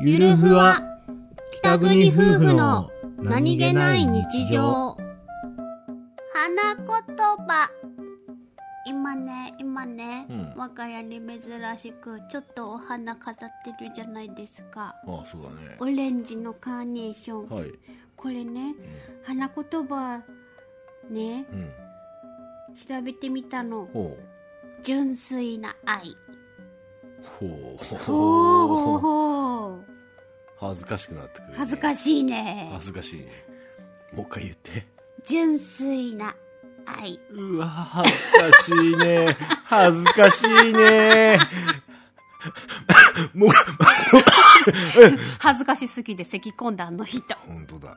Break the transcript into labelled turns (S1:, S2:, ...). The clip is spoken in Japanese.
S1: ゆるふわ北国夫婦の何気ない日常
S2: 花言葉今ね今ね、
S1: うん
S2: 我が家に珍しくちょっとお花飾ってるじゃないですか
S1: ああそうだね
S2: オレンジのカーネーション、
S1: はい
S2: これね花言葉ね
S1: うん、うん、
S2: 調べてみたの
S1: ほ
S2: 純粋な愛
S1: うほう
S2: ほう
S1: ほう
S2: ほう
S1: 恥ずかしくなってくる、ね、
S2: 恥ずか
S1: しい
S2: しいね
S1: 恥ずかしいねもう一回言って
S2: 純粋な 愛
S1: うわ恥ずかしいね 恥ずかしいねもう
S2: 恥ずかしすぎて咳き込んだあの人
S1: 本当だ